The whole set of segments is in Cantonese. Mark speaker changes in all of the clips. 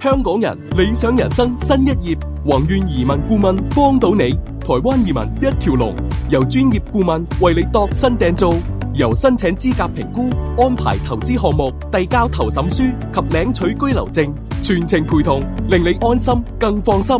Speaker 1: 香港人理想人生新一頁，宏願移民顧問幫到你，台灣移民一條龍，由專業顧問為你度身訂造，由申請資格評估、安排投資項目、遞交投審書及領取居留證，全程陪同，令你安心更放心。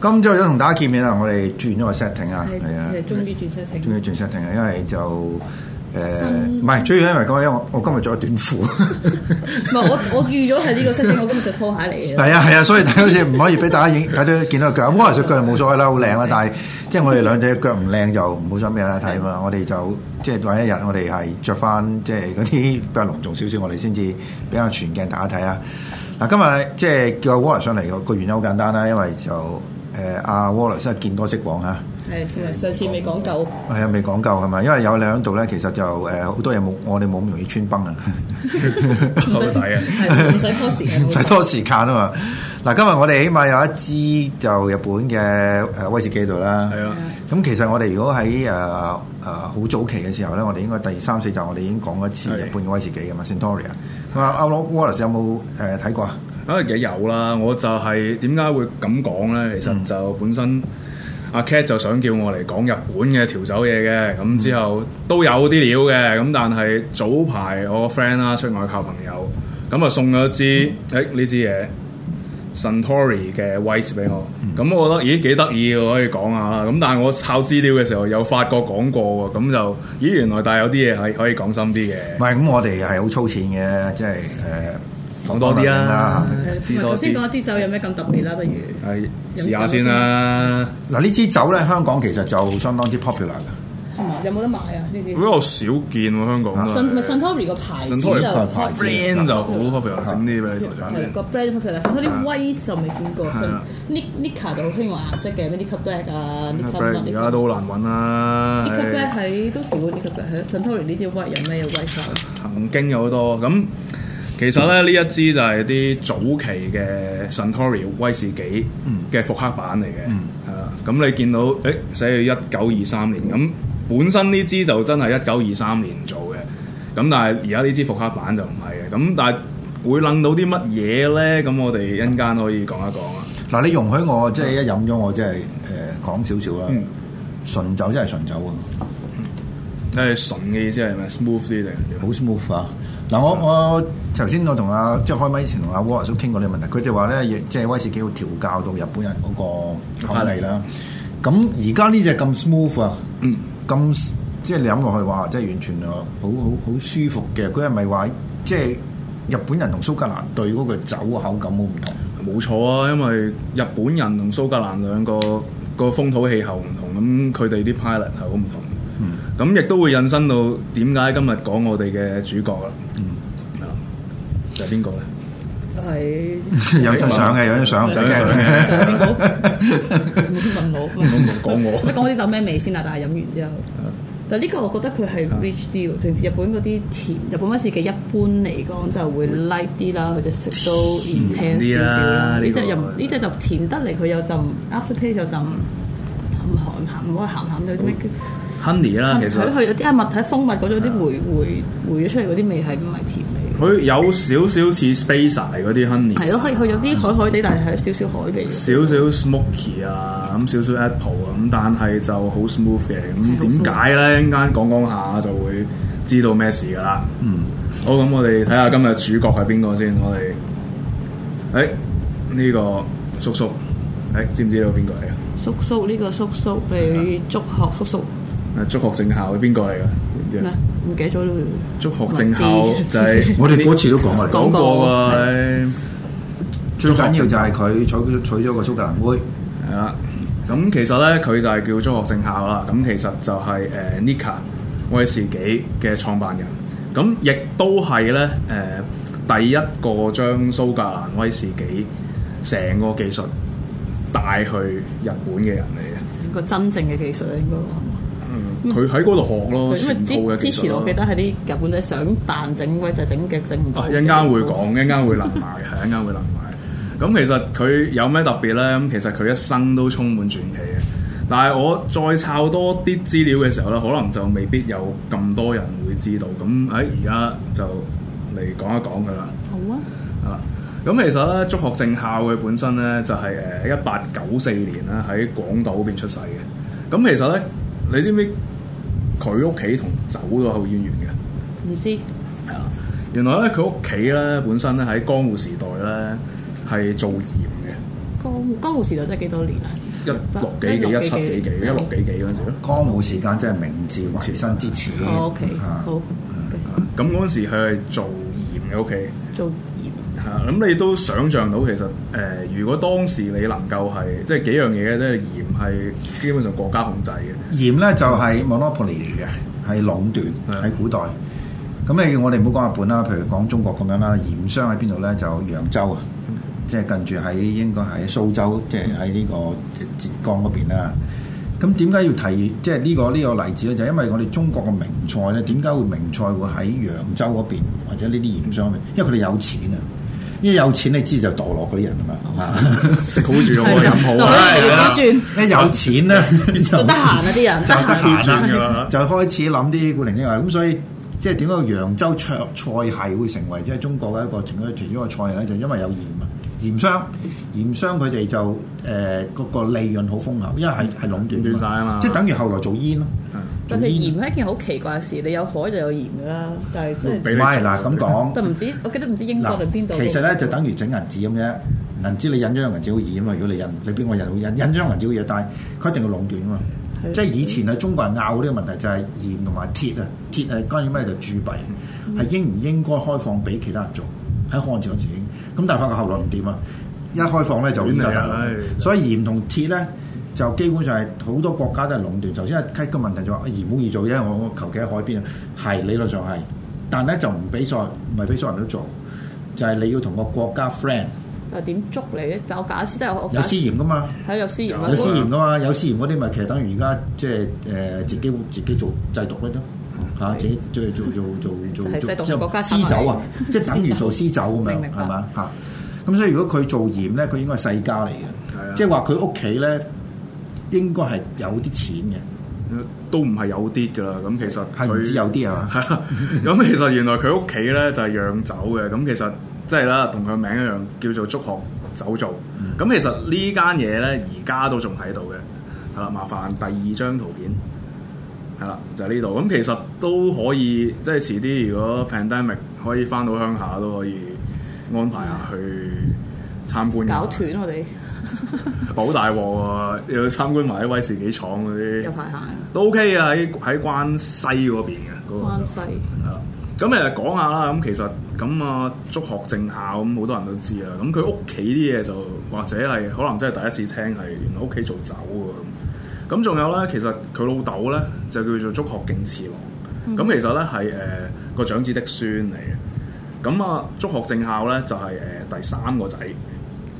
Speaker 2: 今朝早同大家見面啦，我哋轉咗個 setting 啊，
Speaker 3: 係
Speaker 2: 係啊，
Speaker 3: 係終於轉晒停
Speaker 2: 終。於轉 setting 啊，因為就誒
Speaker 3: 新
Speaker 2: 唔係，主要因為講，因為我我今日着咗短褲，
Speaker 3: 唔係我我預咗係呢個色情，我今日着拖鞋嚟 嘅。
Speaker 2: 係啊係啊，所以大家好似唔可以俾大家影睇 到見到腳，咁可能隻腳冇所謂啦，好靚啦，啊但係即係我哋兩隻腳唔靚就唔好想俾大家睇嘛，我哋就即係揾一日我哋係着翻即係嗰啲比較隆重少少，我哋先至比較全鏡大家睇啊。嗱，今日即係叫阿 Wallace 上嚟個個原因好簡單啦，因為就誒呃阿 Wallace 真係見多識廣啊嚇。
Speaker 3: 係同埋上次未講夠，
Speaker 2: 係啊，未講夠係咪？因為有兩度咧，其實就誒好多嘢冇，我哋冇咁容易穿崩啊，
Speaker 3: 唔使係唔使拖時間
Speaker 2: 唔使。拖時間啊嘛。嗱，今日我哋起碼有一支就日本嘅誒威士忌喺度啦。
Speaker 4: 係啊，
Speaker 2: 咁其實我哋如果喺誒誒好早期嘅時候咧，我哋應該第三四集我哋已經講過一次
Speaker 4: 係
Speaker 2: 日本嘅威士忌嘅嘛，Centauria。咁啊，歐羅 Wallace 有冇誒睇過啊？
Speaker 4: 梗係有啦。我就係點解會咁講咧？其實就本身阿 Cat 就想叫我嚟講日本嘅調酒嘢嘅，咁嗯之後都有啲料嘅。咁但係早排我個 friend 啊啦，出外靠朋友，咁啊送咗支誒呢支嘢 Suntory 嘅 White 俾我。咁我覺得咦幾得意喎，可以講下啦。咁但係我抄資料嘅時候有發覺講過喎，咁就咦原來但係有啲嘢係可以講深啲嘅。
Speaker 2: 唔係，咁我哋係好粗淺嘅，即係誒
Speaker 4: 講多啲啊
Speaker 3: 唔係頭先講一支酒有咩咁特別啦？不如
Speaker 4: 係試下先啦。
Speaker 2: 嗱呢支酒咧，香港其實就相當之 popular 嘅。
Speaker 3: 係嘛？有冇得買啊？呢支
Speaker 4: 嗰個少見喎，香港
Speaker 3: 信咪
Speaker 4: 都係。
Speaker 3: 信 Tory 個牌子就
Speaker 4: 信託
Speaker 2: 個
Speaker 4: 嚟啊
Speaker 2: 牌子
Speaker 4: brand 就好 popular，整啲俾你台長。
Speaker 3: 係個 brand 好 p o p u l 但係啲
Speaker 4: 啊
Speaker 3: 威就未見過。信
Speaker 4: 係啊
Speaker 3: Nic- Nika 就好興玩顏色嘅，咩 Nika Black 啊
Speaker 4: 呢
Speaker 3: ，Nika
Speaker 4: 個
Speaker 3: Black
Speaker 4: brand 而家都好難揾啦。
Speaker 3: Nika
Speaker 4: 唉
Speaker 3: Black 喺都少過 Nika Black 喺信 Tory 呢啲威有啊咩威手？
Speaker 4: 曾經有好多咁。其實咧，呢一支就係啲早期嘅 Suntory 威士忌嘅復刻版嚟嘅，係啦、咁你見到誒寫到一九二三年，咁本身呢支就真係一九二三年做嘅，咁但係而家呢支復刻版就唔係嘅，咁但係會諗到啲乜嘢咧？咁我哋一陣間可以講一講啊。
Speaker 2: 嗱，你容許我即係一飲咗，我即係誒講少少啦
Speaker 4: 嗯。
Speaker 2: 純酒真係純酒啊喎，
Speaker 4: 你係純嘅意思係咩？smooth 啲定
Speaker 2: 好 smooth 啊！嗱，我我頭先我同阿即係開咪前同阿 Wallace 都傾過呢個問題，佢哋話咧，即係威士忌會調教到日本人嗰個口味啦。咁而家呢只咁 smooth 啊，咁即係你飲落去話，即係完全啊，好好好舒服嘅。佢係咪話即係日本人同蘇格蘭對嗰個酒嘅口感好唔同？
Speaker 4: 冇錯啊，因為日本人同蘇格蘭兩個個風土氣候唔同，咁佢哋啲 pilot 係好唔同。咁亦、都會引申到點解今日講我哋嘅主角啦。係啦就係邊個咧？
Speaker 3: 就係
Speaker 2: 有張相嘅，有張相唔使
Speaker 4: 有張相 嘅
Speaker 2: 驚。
Speaker 3: 邊個？問我，
Speaker 4: 唔好講我
Speaker 3: 你講啲酒咩味先啊？但係飲完之後，但係呢個我覺得佢係 rich 啲喎。平時日本嗰啲甜，日本威士忌一般嚟講就會 light 啲啦，佢就食都 intense
Speaker 4: 啲
Speaker 3: 少
Speaker 4: 啦
Speaker 3: 少啦。呢
Speaker 4: 呢個
Speaker 3: 只又唔呢只就甜得嚟，佢有陣 after taste 有陣鹹鹹唔好話鹹鹹有啲咩？
Speaker 4: Honey 啦，其實
Speaker 3: 佢佢有啲係物體蜂蜜嗰種啲回回回咗出嚟嗰啲味係唔係甜味？
Speaker 4: 佢有少少似 Spacer 嗰啲 Honey，
Speaker 3: 係咯，佢佢有啲海海地，但係係有少少海味嘅。
Speaker 4: 少少 smoky 啊，咁少少 apple 啊，咁但係就好 smooth 嘅。咁點解咧？一陣間講講下就會知道咩事㗎啦。嗯，好，咁我哋睇下今日主角係邊個先。我哋，誒、呢、個叔叔，誒、知唔知道邊個嚟㗎？
Speaker 3: 叔叔呢個叔叔俾祝學叔叔
Speaker 4: 啊，中學正校係邊個嚟㗎？知唔知
Speaker 3: 咩
Speaker 4: 啊？？
Speaker 3: 唔記得咗啦。
Speaker 4: 中學正校 就係、
Speaker 2: 我哋嗰次都講過嚟。
Speaker 4: 講過啊，
Speaker 2: 最緊要就係佢娶娶咗個蘇格蘭妹，
Speaker 4: 係啦。咁其實咧，佢就係叫中學正校啦。咁其實就係、誒 Nika 威士忌嘅創辦人。咁亦都係咧誒第一個將蘇格蘭威士忌成個技術帶去日本嘅人嚟嘅。
Speaker 3: 成個真正嘅技術啊，應該話。
Speaker 4: 嗯，佢喺嗰度學咯，
Speaker 3: 因為
Speaker 4: 全套嘅
Speaker 3: 之
Speaker 4: 技
Speaker 3: 之
Speaker 4: 術啊
Speaker 3: 前我記
Speaker 4: 咯。
Speaker 3: 得係啲日本仔想扮整鬼就整嘅整唔
Speaker 4: 啊
Speaker 3: 到。
Speaker 4: 一陣間會講，一陣間會諗埋，係一陣間會諗埋。咁其實佢有咩特別咧？咁其實佢一生都充滿傳奇嘅。但係我再抄多啲資料嘅時候咧，可能就未必有咁多人會知道。咁喺而家就嚟講一講佢啦。
Speaker 3: 好啊，
Speaker 4: 啊，咁其實咧，竹學正校佢本身咧就係誒一八九四年啦，喺廣島嗰邊出世嘅。咁其實咧，你知唔知佢屋企同酒都好淵源嘅？
Speaker 3: 唔知
Speaker 4: 原來咧，佢屋企咧本身咧喺江戶時代咧係做鹽
Speaker 3: 江江湖時代真係幾多年啊？
Speaker 4: 嘅，一六幾幾、一七幾幾、一六幾幾嗰陣時咯。
Speaker 2: 江湖時間真係明治維新之前。
Speaker 4: 嗯
Speaker 3: 哦，OK，
Speaker 2: 啊
Speaker 3: 好，
Speaker 4: 咁嗰陣時佢係做鹽嘅屋企。
Speaker 3: 做鹽
Speaker 4: 嚇，咁你都想象到其實誒、呃如果當時你能夠係即係幾樣嘢嘅，即係鹽係基本上國家控制嘅。
Speaker 2: 鹽咧就係 monopoly 嚟嘅，係壟斷
Speaker 4: 係
Speaker 2: 喺古代。咁你我哋唔好講日本啦，譬如講中國咁樣啦，鹽商喺邊度咧？就揚州啊，即係近住喺應該喺蘇州，即係喺呢個浙江嗰邊啦。咁點解要提即係呢個呢、個例子咧？就係因為我哋中國嘅名菜咧，點解會名菜會喺揚州嗰邊或者呢啲鹽商嗰邊？因為佢哋有錢啊！一有錢你知就墮落嗰啲人啊嘛，
Speaker 4: 食好住我飲好啊
Speaker 3: 係
Speaker 4: 係啦
Speaker 3: 就
Speaker 2: 一
Speaker 3: 就
Speaker 2: 有錢咧
Speaker 3: 就
Speaker 2: 就
Speaker 3: 得閒啊啲 人，
Speaker 2: 就
Speaker 3: 得
Speaker 2: 得
Speaker 3: 閒
Speaker 2: 閒
Speaker 4: 㗎
Speaker 2: 啦
Speaker 4: 啦，
Speaker 2: 就開始諗啲古靈精怪咁，所以即係點解揚州灼菜系會成為即係中國嘅一個其中其中一個菜系咧，就因為有鹽啊，鹽商鹽商佢哋就誒嗰、個利潤好豐厚，因為係係壟斷
Speaker 4: 壟斷晒啊嘛嗯
Speaker 2: 即係等於後來做煙咯，
Speaker 3: 但係鹽啊係一件好奇怪嘅事，你有海就有鹽㗎啦，但係即係
Speaker 4: 俾
Speaker 2: 唔
Speaker 4: 你
Speaker 2: 係嗱咁 講。
Speaker 3: 但唔知，我記得唔知英國
Speaker 2: 嗱
Speaker 3: 定邊度。
Speaker 2: 其實咧就等於整銀紙咁啫。銀紙你印咗張銀紙好易啊嘛，如果你印，你邊個人好印？印咗張銀紙好易，但係佢一定要壟斷啊嘛。
Speaker 3: 係
Speaker 2: 即係以前啊，中國人拗呢個問題就係鹽同埋鐵啊，鐵係關於咩就鑄幣，
Speaker 3: 嗯
Speaker 2: 係應唔應該開放俾其他人做？喺漢朝嗰時已經，咁但係發覺後來唔掂啊，一開放咧就
Speaker 4: 亂嚟啊
Speaker 2: 就大鑊
Speaker 4: 唉
Speaker 2: 所以鹽同鐵咧就基本上係好多國家都係壟斷。頭先一個問題就話啊鹽好易做，因為我求其喺海邊，啊係理論上係，但咧就唔俾所有唔係俾所有人都做，就係、你要同個國家 friend
Speaker 3: 但係啊點捉你咧？但我假設真係我
Speaker 2: 有私鹽噶嘛。
Speaker 3: 係有啊私鹽啦
Speaker 2: 有私鹽噶嘛，有私鹽嗰啲咪其實等於而家即係誒自己自己做製毒嗰啲咯嚇，自己做做做做做
Speaker 3: 就係製毒
Speaker 2: 即係
Speaker 3: 國家產
Speaker 2: 私酒啊，
Speaker 3: 品
Speaker 2: 即係等於做私酒咁樣
Speaker 3: 明明白
Speaker 2: 係嘛嚇。咁所以如果佢做鹽咧，佢應該係世家嚟
Speaker 4: 係啊
Speaker 2: 嘅，即係話佢屋企咧應該係有啲錢嘅，
Speaker 4: 都唔係有啲㗎啦。咁其實
Speaker 2: 係唔
Speaker 4: 佢
Speaker 2: 知有啲啊
Speaker 4: 係啦 咁其實原來佢屋企咧就係釀酒嘅。咁其實即係啦，同佢名一樣，叫做竹學酒造。咁其實呢間嘢咧，而家都仲喺度嘅。係啦，麻煩第二張圖片。係啦，就係呢度。咁其實都可以，即係遲啲如果 pandemic 可以翻到鄉下都可以安排下去參觀嘅。
Speaker 3: 搞斷我哋
Speaker 4: 好大鑊喎！又要參觀埋啲威士忌廠嗰啲。
Speaker 3: 有排行
Speaker 4: 都 OK 啊，喺喺關西嗰邊嘅嗰、個
Speaker 3: 關
Speaker 4: 就
Speaker 3: 西。
Speaker 4: 係啦。咁誒講下啦，咁其實咁啊，竹學正校咁好多人都知啊。咁佢屋企啲嘢就或者係可能真係第一次聽係原來屋企做酒喎咁。咁仲有咧，其實佢老豆咧就叫做竹學敬次郎，咁、其實咧係誒個長子的孫嚟嘅。咁啊，竹學正孝咧就係、誒、第三個仔。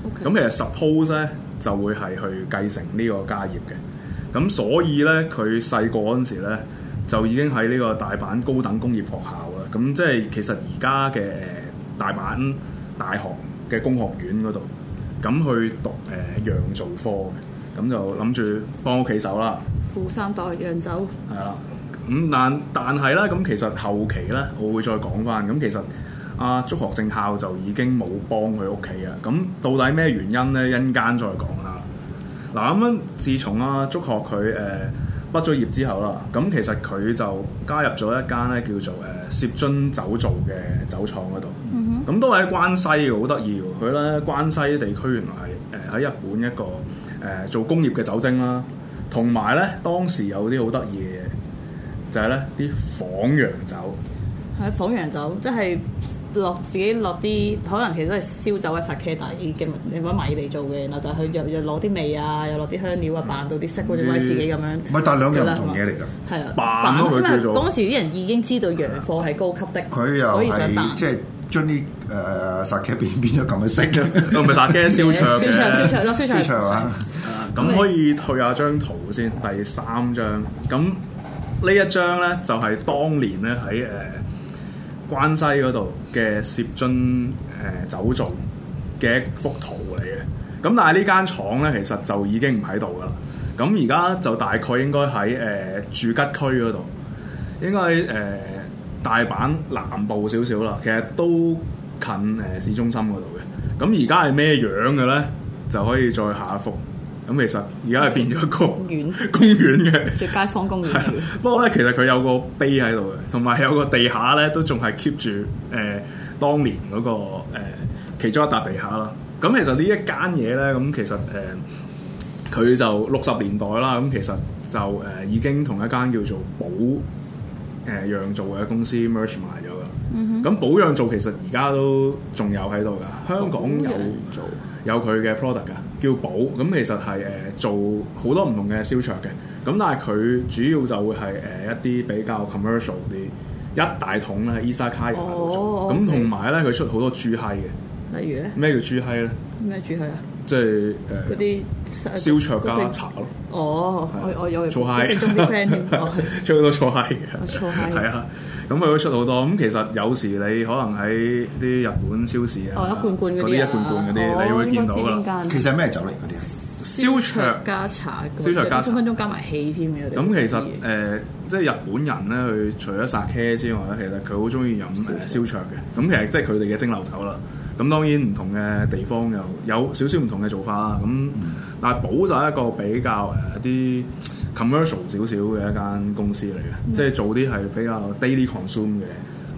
Speaker 3: OK，
Speaker 4: 咁其實 suppose 咧就會係去繼承呢個家業嘅，咁所以咧佢細個嗰陣時咧就已經喺呢個大阪高等工業學校啦，咁即係其實而家嘅誒大阪大學嘅工學院嗰度，咁去讀誒釀造科嘅，咁就諗住幫屋企手啦。
Speaker 3: 富三代釀酒，
Speaker 4: 係啦，咁但但係咧，咁其實後期咧，我會再講翻。咁其實阿竹學正孝就已經冇幫佢屋企啦。咁到底咩原因咧？一陣間再講啦。嗱咁樣，自從阿竹學佢誒畢咗業之後啦，咁其實佢就加入咗一間咧叫做誒攝津酒造嘅酒廠嗰度。咁、都係喺關西嘅，好得意喎。佢咧關西地區原來係誒喺日本一個誒、呃做工業嘅酒精啦，同埋咧當時有啲好得意嘅嘢，就係咧啲仿洋酒。
Speaker 3: 係仿洋酒，即係落自己落啲可能其實都係燒酒嘅啊 sake 底嘅，你揾米嚟做嘅，然後就去又又攞啲味啊，又攞啲香料啊，扮到啲色嗰啲威士忌咁樣。
Speaker 2: 嗯唔係但係兩樣唔同嘢嚟㗎。
Speaker 3: 係啊，
Speaker 4: 扮咯佢叫做
Speaker 3: 嗰陣時啲人已經知道洋貨係高級的，
Speaker 2: 啊佢又
Speaker 3: 所以想
Speaker 2: 係
Speaker 3: 扮。
Speaker 2: 即係將啲誒殺劇變變咗咁嘅色嘅，
Speaker 4: 都唔係殺雞燒腸
Speaker 3: 燒腸燒
Speaker 4: 嘅。
Speaker 3: 腸咯，燒
Speaker 2: 市場
Speaker 3: 腸
Speaker 2: 啊！
Speaker 4: 咁可以退下張圖先，第三張。咁呢一張咧就係、當年咧喺誒呃關西嗰度嘅攝津誒酒造嘅一幅圖嚟嘅。咁但係呢間廠咧其實就已經唔喺度噶啦。咁而家就大概應該喺誒、呃住吉區嗰度，應該喺誒、大阪南部少少啦。其實都近誒、市中心嗰度嘅。咁而家係咩樣嘅咧？就可以再下一幅。咁其實而家係變咗一個
Speaker 3: 公園
Speaker 4: 公園嘅。
Speaker 3: 最街坊公園嚟
Speaker 2: 啊
Speaker 3: 嘅。
Speaker 4: 不過咧，其實佢有個碑喺度嘅，同埋有個地下咧都仲係 keep 住誒當年嗰、個、呃、其中一笪地下啦。咁其實呢一間嘢咧，咁其實誒呃佢、就六十年代啦，咁其實就誒、呃已經同一間叫做保誒、呃、釀造嘅公司 merge 埋咗
Speaker 3: 嗯
Speaker 4: 㗎。咁、保養造其實而家都仲有喺度㗎，香港有
Speaker 3: 做
Speaker 4: 有佢嘅 product 噶，叫寶。咁其實係誒、呃做好多唔同嘅燒灼嘅，咁但係佢主要就會係誒、呃一啲比較 commercial 啲，一大桶咧喺伊莎卡人嗰度
Speaker 3: 哦
Speaker 4: 做。咁
Speaker 3: OK
Speaker 4: 同埋咧佢出好多豬閪嘅，
Speaker 3: 例如咧
Speaker 4: 咩叫豬閪咧？
Speaker 3: 咩住佢啊？
Speaker 4: 即係
Speaker 3: 嗰
Speaker 4: 誒
Speaker 3: 啲
Speaker 4: 燒灼
Speaker 3: 嗰
Speaker 4: 加
Speaker 3: 隻
Speaker 4: 茶咯。
Speaker 3: 哦，我我有
Speaker 4: 做嗨
Speaker 3: 正宗啲 friend 添哦
Speaker 4: 出好多錯閪
Speaker 3: 哦
Speaker 4: 嘅，
Speaker 3: 錯閪
Speaker 4: 係啊，咁佢都出好多。咁其實有時你可能喺啲日本超市啊，
Speaker 3: 哦一罐罐嗰
Speaker 4: 嗰
Speaker 3: 啲
Speaker 4: 啲一
Speaker 3: 啊
Speaker 4: 罐罐嗰
Speaker 3: 哦
Speaker 4: 啲，你會見到
Speaker 3: 應該
Speaker 4: 㗎
Speaker 3: 知邊
Speaker 4: 啦。
Speaker 3: 間
Speaker 2: 其實係咩酒嚟嗰啲啊？
Speaker 4: 燒灼
Speaker 3: 加茶咁樣，
Speaker 4: 燒灼加茶
Speaker 3: 分分鐘加埋氣添嘅。
Speaker 4: 咁其實誒、呃即係日本人咧，佢除咗殺茄之外咧，其實佢好中意飲誒燒灼嘅。咁其實即係佢哋嘅蒸餾酒啦。咁當然唔同嘅地方又有少少唔同嘅做法啦。咁但係寶就係一個比較誒啲 commercial 少少嘅一間公司嚟嘅，即係做啲係比較 daily consume 嘅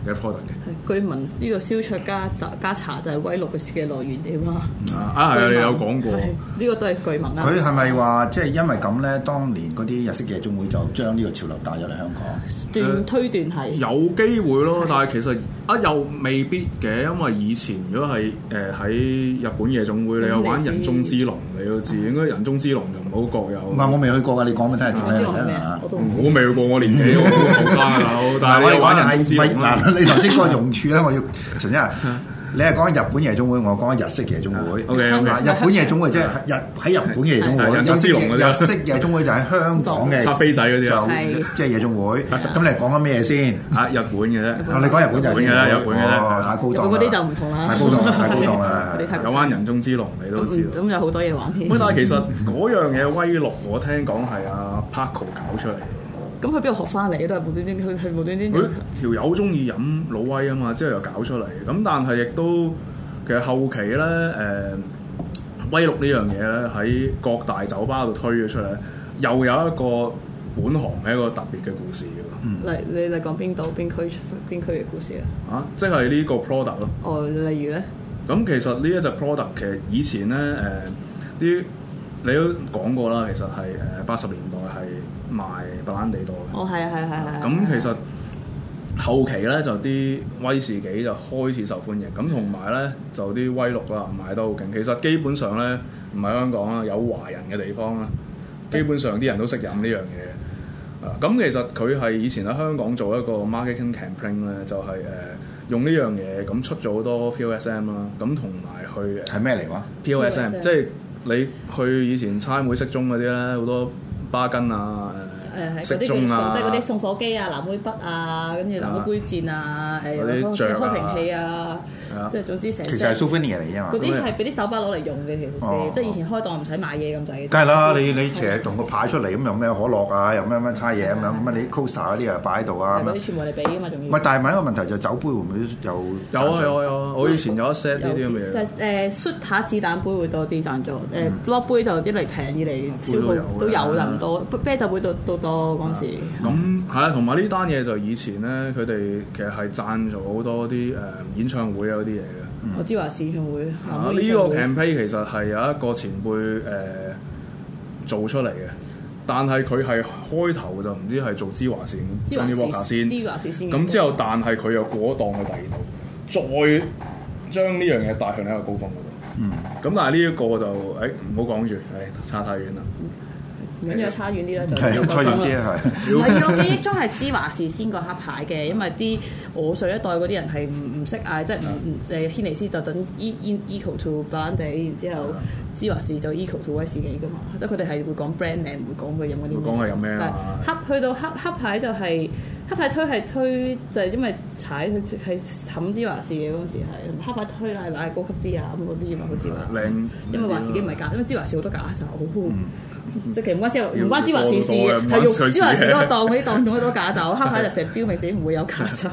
Speaker 4: 嘅 product 嘅。
Speaker 3: 據聞呢個燒灼加茶加茶就係威六嘅嘅來源嚟嘛。
Speaker 4: 啊，係啊，你有講過
Speaker 3: 係。呢個都係據
Speaker 4: 啊
Speaker 3: 聞啦。
Speaker 2: 佢係咪話即係因為咁咧？當年嗰啲日式夜總會就將呢個潮流帶咗嚟香港。
Speaker 3: 斷推斷係
Speaker 4: 有機會咯，但係其實啊又未必嘅，因為以前如果係誒喺日本夜總會，你有玩人中之龍，你都嗯知應該人中之龍就唔好覺有。
Speaker 2: 唔係我未去過㗎，你講俾
Speaker 4: 呃
Speaker 2: 聽下做
Speaker 3: 唔
Speaker 2: 咩
Speaker 3: 知我係咩
Speaker 2: 嚟
Speaker 3: 啊
Speaker 2: 啊？
Speaker 3: 我都唔知。
Speaker 4: 我未去過，我年紀我都後生㗎啦， 但係你有玩人中之龍啊啦
Speaker 2: 嗱，你頭先嗰個用處咧，我要 陳一下，你係講日本夜總會，我講日式夜總
Speaker 4: 啊
Speaker 2: 會。啊
Speaker 4: OK，OK
Speaker 2: 嗱日本夜總會即係日喺日本嘅夜總
Speaker 4: 啊係
Speaker 2: 會，
Speaker 4: 人中之龍嗰啲
Speaker 2: 日式夜總會就喺香港嘅
Speaker 4: 插飛仔嗰啲啊
Speaker 2: 就即係夜總會。咁你係講緊咩先？
Speaker 4: 啊日本嘅啫，
Speaker 2: 我哋講日本就
Speaker 4: 日本嘅啦，日本嘅
Speaker 2: 哦太
Speaker 4: 啦，
Speaker 2: 高檔啦。
Speaker 3: 我嗰啲就唔同啦，
Speaker 2: 太高檔啦，太高檔 啦
Speaker 3: 嗰。啲太高檔
Speaker 4: 有玩人中之龍，你都知
Speaker 3: 咁
Speaker 4: 道。
Speaker 3: 咁有好多嘢玩添。
Speaker 4: 喂，但係
Speaker 3: 咁
Speaker 4: 其實嗰樣嘢威樂，我聽講係阿 Paco 搞出嚟嘅。
Speaker 3: 佢邊度學翻嚟都係無端端，佢佢無端
Speaker 4: 佢
Speaker 3: 端。
Speaker 4: 條友中意飲老威啊嘛，之後又搞出嚟，咁但係亦都其實後期咧誒、威六呢樣嘢咧喺各大酒吧度推咗出嚟，又有一個本行嘅一個特別嘅故事嘅
Speaker 3: 例你你講邊度邊區邊區嘅故事啊？
Speaker 4: 喎，啊，即係呢個 product 咯。
Speaker 3: 哦，例如咧，
Speaker 4: 咁其實呢一隻 product 其實以前咧誒啲你都講過啦，其實係誒八十年代係賣白蘭地多嘅。
Speaker 3: 哦係啊係啊係啊係啊。
Speaker 4: 咁其實後期咧就啲威士忌就開始受歡迎，咁同埋咧就啲威六啦賣得好勁。其實基本上咧唔係香港啦，有華人嘅地方啦，啊基本上啲人都識飲呢樣嘢。啊，咁其實佢係以前喺香港做一個 marketing campaign 咧，就係、誒、呃用呢樣嘢咁出咗好多 POSM 啦，咁同埋去誒呃
Speaker 2: 係咩嚟話？
Speaker 4: POSM，即係你去以前差妹骰盅嗰啲咧，好多巴根啊、
Speaker 3: 誒係
Speaker 4: 骰
Speaker 3: 嗰啲嗰啲
Speaker 4: 盅啊，
Speaker 3: 送即係嗰啲送火機啊、藍莓筆啊，跟住藍莓杯墊啊，誒
Speaker 4: 嗰啲
Speaker 3: 開
Speaker 4: 雀啊
Speaker 3: 開瓶器啊
Speaker 4: 係啊，啊
Speaker 3: 即係總之成
Speaker 2: 其實係 souvenir 嚟啫嘛
Speaker 3: 嗰。啲係俾啲酒吧攞嚟用嘅，其
Speaker 2: 哦
Speaker 3: 實即係以前開檔唔使買嘢咁滯嘅。
Speaker 2: 梗係啦，你你其
Speaker 3: 啊
Speaker 2: 實同個牌出嚟咁有咩可樂啊，有咩咩差嘢咁樣，咁啊你 coaster 嗰啲又擺喺度啊
Speaker 3: 係
Speaker 2: 咁
Speaker 3: 嗰
Speaker 2: 樣
Speaker 3: 啲。全部你俾噶嘛，仲
Speaker 2: 唔
Speaker 3: 要
Speaker 2: 係，。但係問一個問題就係酒杯會唔會有
Speaker 4: 有啊有啊有啊！我以前有一 set 呢啲咁嘅嘢，嗯
Speaker 3: 誒恤塔子彈杯會多啲贊助，誒 block 杯就一嚟平二嚟消
Speaker 4: 杯
Speaker 3: 耗
Speaker 4: 都
Speaker 3: 都
Speaker 4: 有
Speaker 3: 有
Speaker 4: 嘅
Speaker 3: 人多，啤酒杯都都多嗰陣時。
Speaker 4: 咁係啊，同埋呢單嘢就以前咧，佢哋其實係贊助好多啲誒演唱會啊嗰啲嘢嘅。
Speaker 3: 我知話市場會
Speaker 4: 啊呢個 campaign 其實係有一個前輩誒做出嚟嘅，但係佢係開頭就唔知係做芝華線，
Speaker 3: 芝華
Speaker 4: 中
Speaker 3: 士
Speaker 4: 意沃下先，
Speaker 3: 芝華士先嘅
Speaker 4: 咁之後，但係佢又過檔去第二度，再將呢樣嘢帶向一個高峰嗰度。嗯，咁但係呢一個就誒唔好講住，誒差太遠啦。
Speaker 3: 唔緊要，差遠啲啦，就
Speaker 4: 啊
Speaker 2: 係蔡元姐係。
Speaker 3: 唔係，我記憶中係芝華士先個黑牌嘅，因為啲我上一代嗰啲人係唔唔識嗌，即係唔
Speaker 4: 啊
Speaker 3: 唔誒軒尼斯就等 e e equal to 白蘭地，然之
Speaker 4: 啊
Speaker 3: 後芝華士就 equal to 威士忌噶嘛，即係佢哋係會講 brand name，會講佢飲嗰啲。
Speaker 4: 會講佢飲咩
Speaker 3: 但係
Speaker 4: 啊
Speaker 3: 黑去到黑黑牌就係、黑牌推係推就係、因為踩佢係冚芝華士嘅嗰陣時係黑牌推奶奶高級啲啊咁嗰啲嘛，好似話。
Speaker 4: 靚
Speaker 3: 因為話自己唔係假，因為芝華士好多假酒，即係其實唔關芝華
Speaker 4: 嗯要
Speaker 3: 唔關芝華士事
Speaker 4: 要
Speaker 3: 嘅，係
Speaker 4: 多多嘅
Speaker 3: 用芝華士嗰
Speaker 4: 唔關佢事嘅
Speaker 3: 個檔嗰啲檔仲好多假酒，黑牌就成日標明自己唔會有假酒，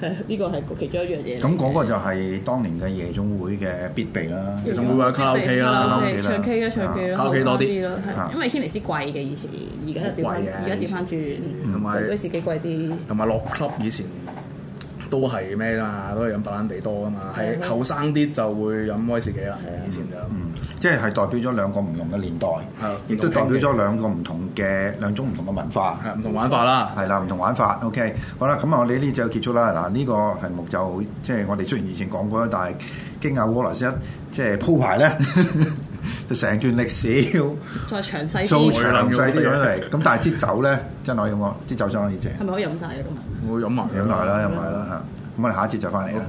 Speaker 3: 係呢個係其中一樣嘢嚟嘅。
Speaker 2: 咁嗰個就係當年嘅夜總會嘅必備啦。
Speaker 4: 夜總會或者卡拉 OK 啦，
Speaker 2: 卡拉 OK 啦
Speaker 3: 唱 K 啦，唱 K 啦，
Speaker 4: 卡拉 OK 多
Speaker 3: 後生
Speaker 4: 啲
Speaker 3: 咯，
Speaker 2: 啊
Speaker 3: 係因為軒尼斯貴嘅以前，而家就調翻
Speaker 4: 貴嘅，
Speaker 3: 而家調翻轉，
Speaker 4: 同埋
Speaker 3: 威士忌貴啲。
Speaker 4: 同埋落 club 以前都係咩啊？都係飲白蘭地多啊嘛，係
Speaker 3: 係啊
Speaker 4: 後生啲就會飲威士忌啦。以前就
Speaker 2: 嗯，即係代表咗兩個唔同嘅年代
Speaker 4: 係，啊
Speaker 2: 亦都代表咗兩個唔同嘅兩種唔同嘅文化。
Speaker 4: 係唔同玩法啦。
Speaker 2: 係啦，唔同玩法。OK，好啦，咁啊，我哋呢就結束啦。嗱，呢個題目就即係我哋雖然以前講過啦，但係經阿 Wallace 一即係鋪排咧， 就成段歷史要
Speaker 3: 再詳細
Speaker 2: 數
Speaker 3: 啲，
Speaker 2: 詳細啲樣嚟。咁但係支酒咧，真係可以講，支酒相當之正，
Speaker 3: 係咪可以飲晒嘅咁啊？
Speaker 4: 我飲埋
Speaker 2: 飲
Speaker 4: 佢
Speaker 2: 埋啦，飲埋啦嚇。咁我哋下一節就翻嚟啦。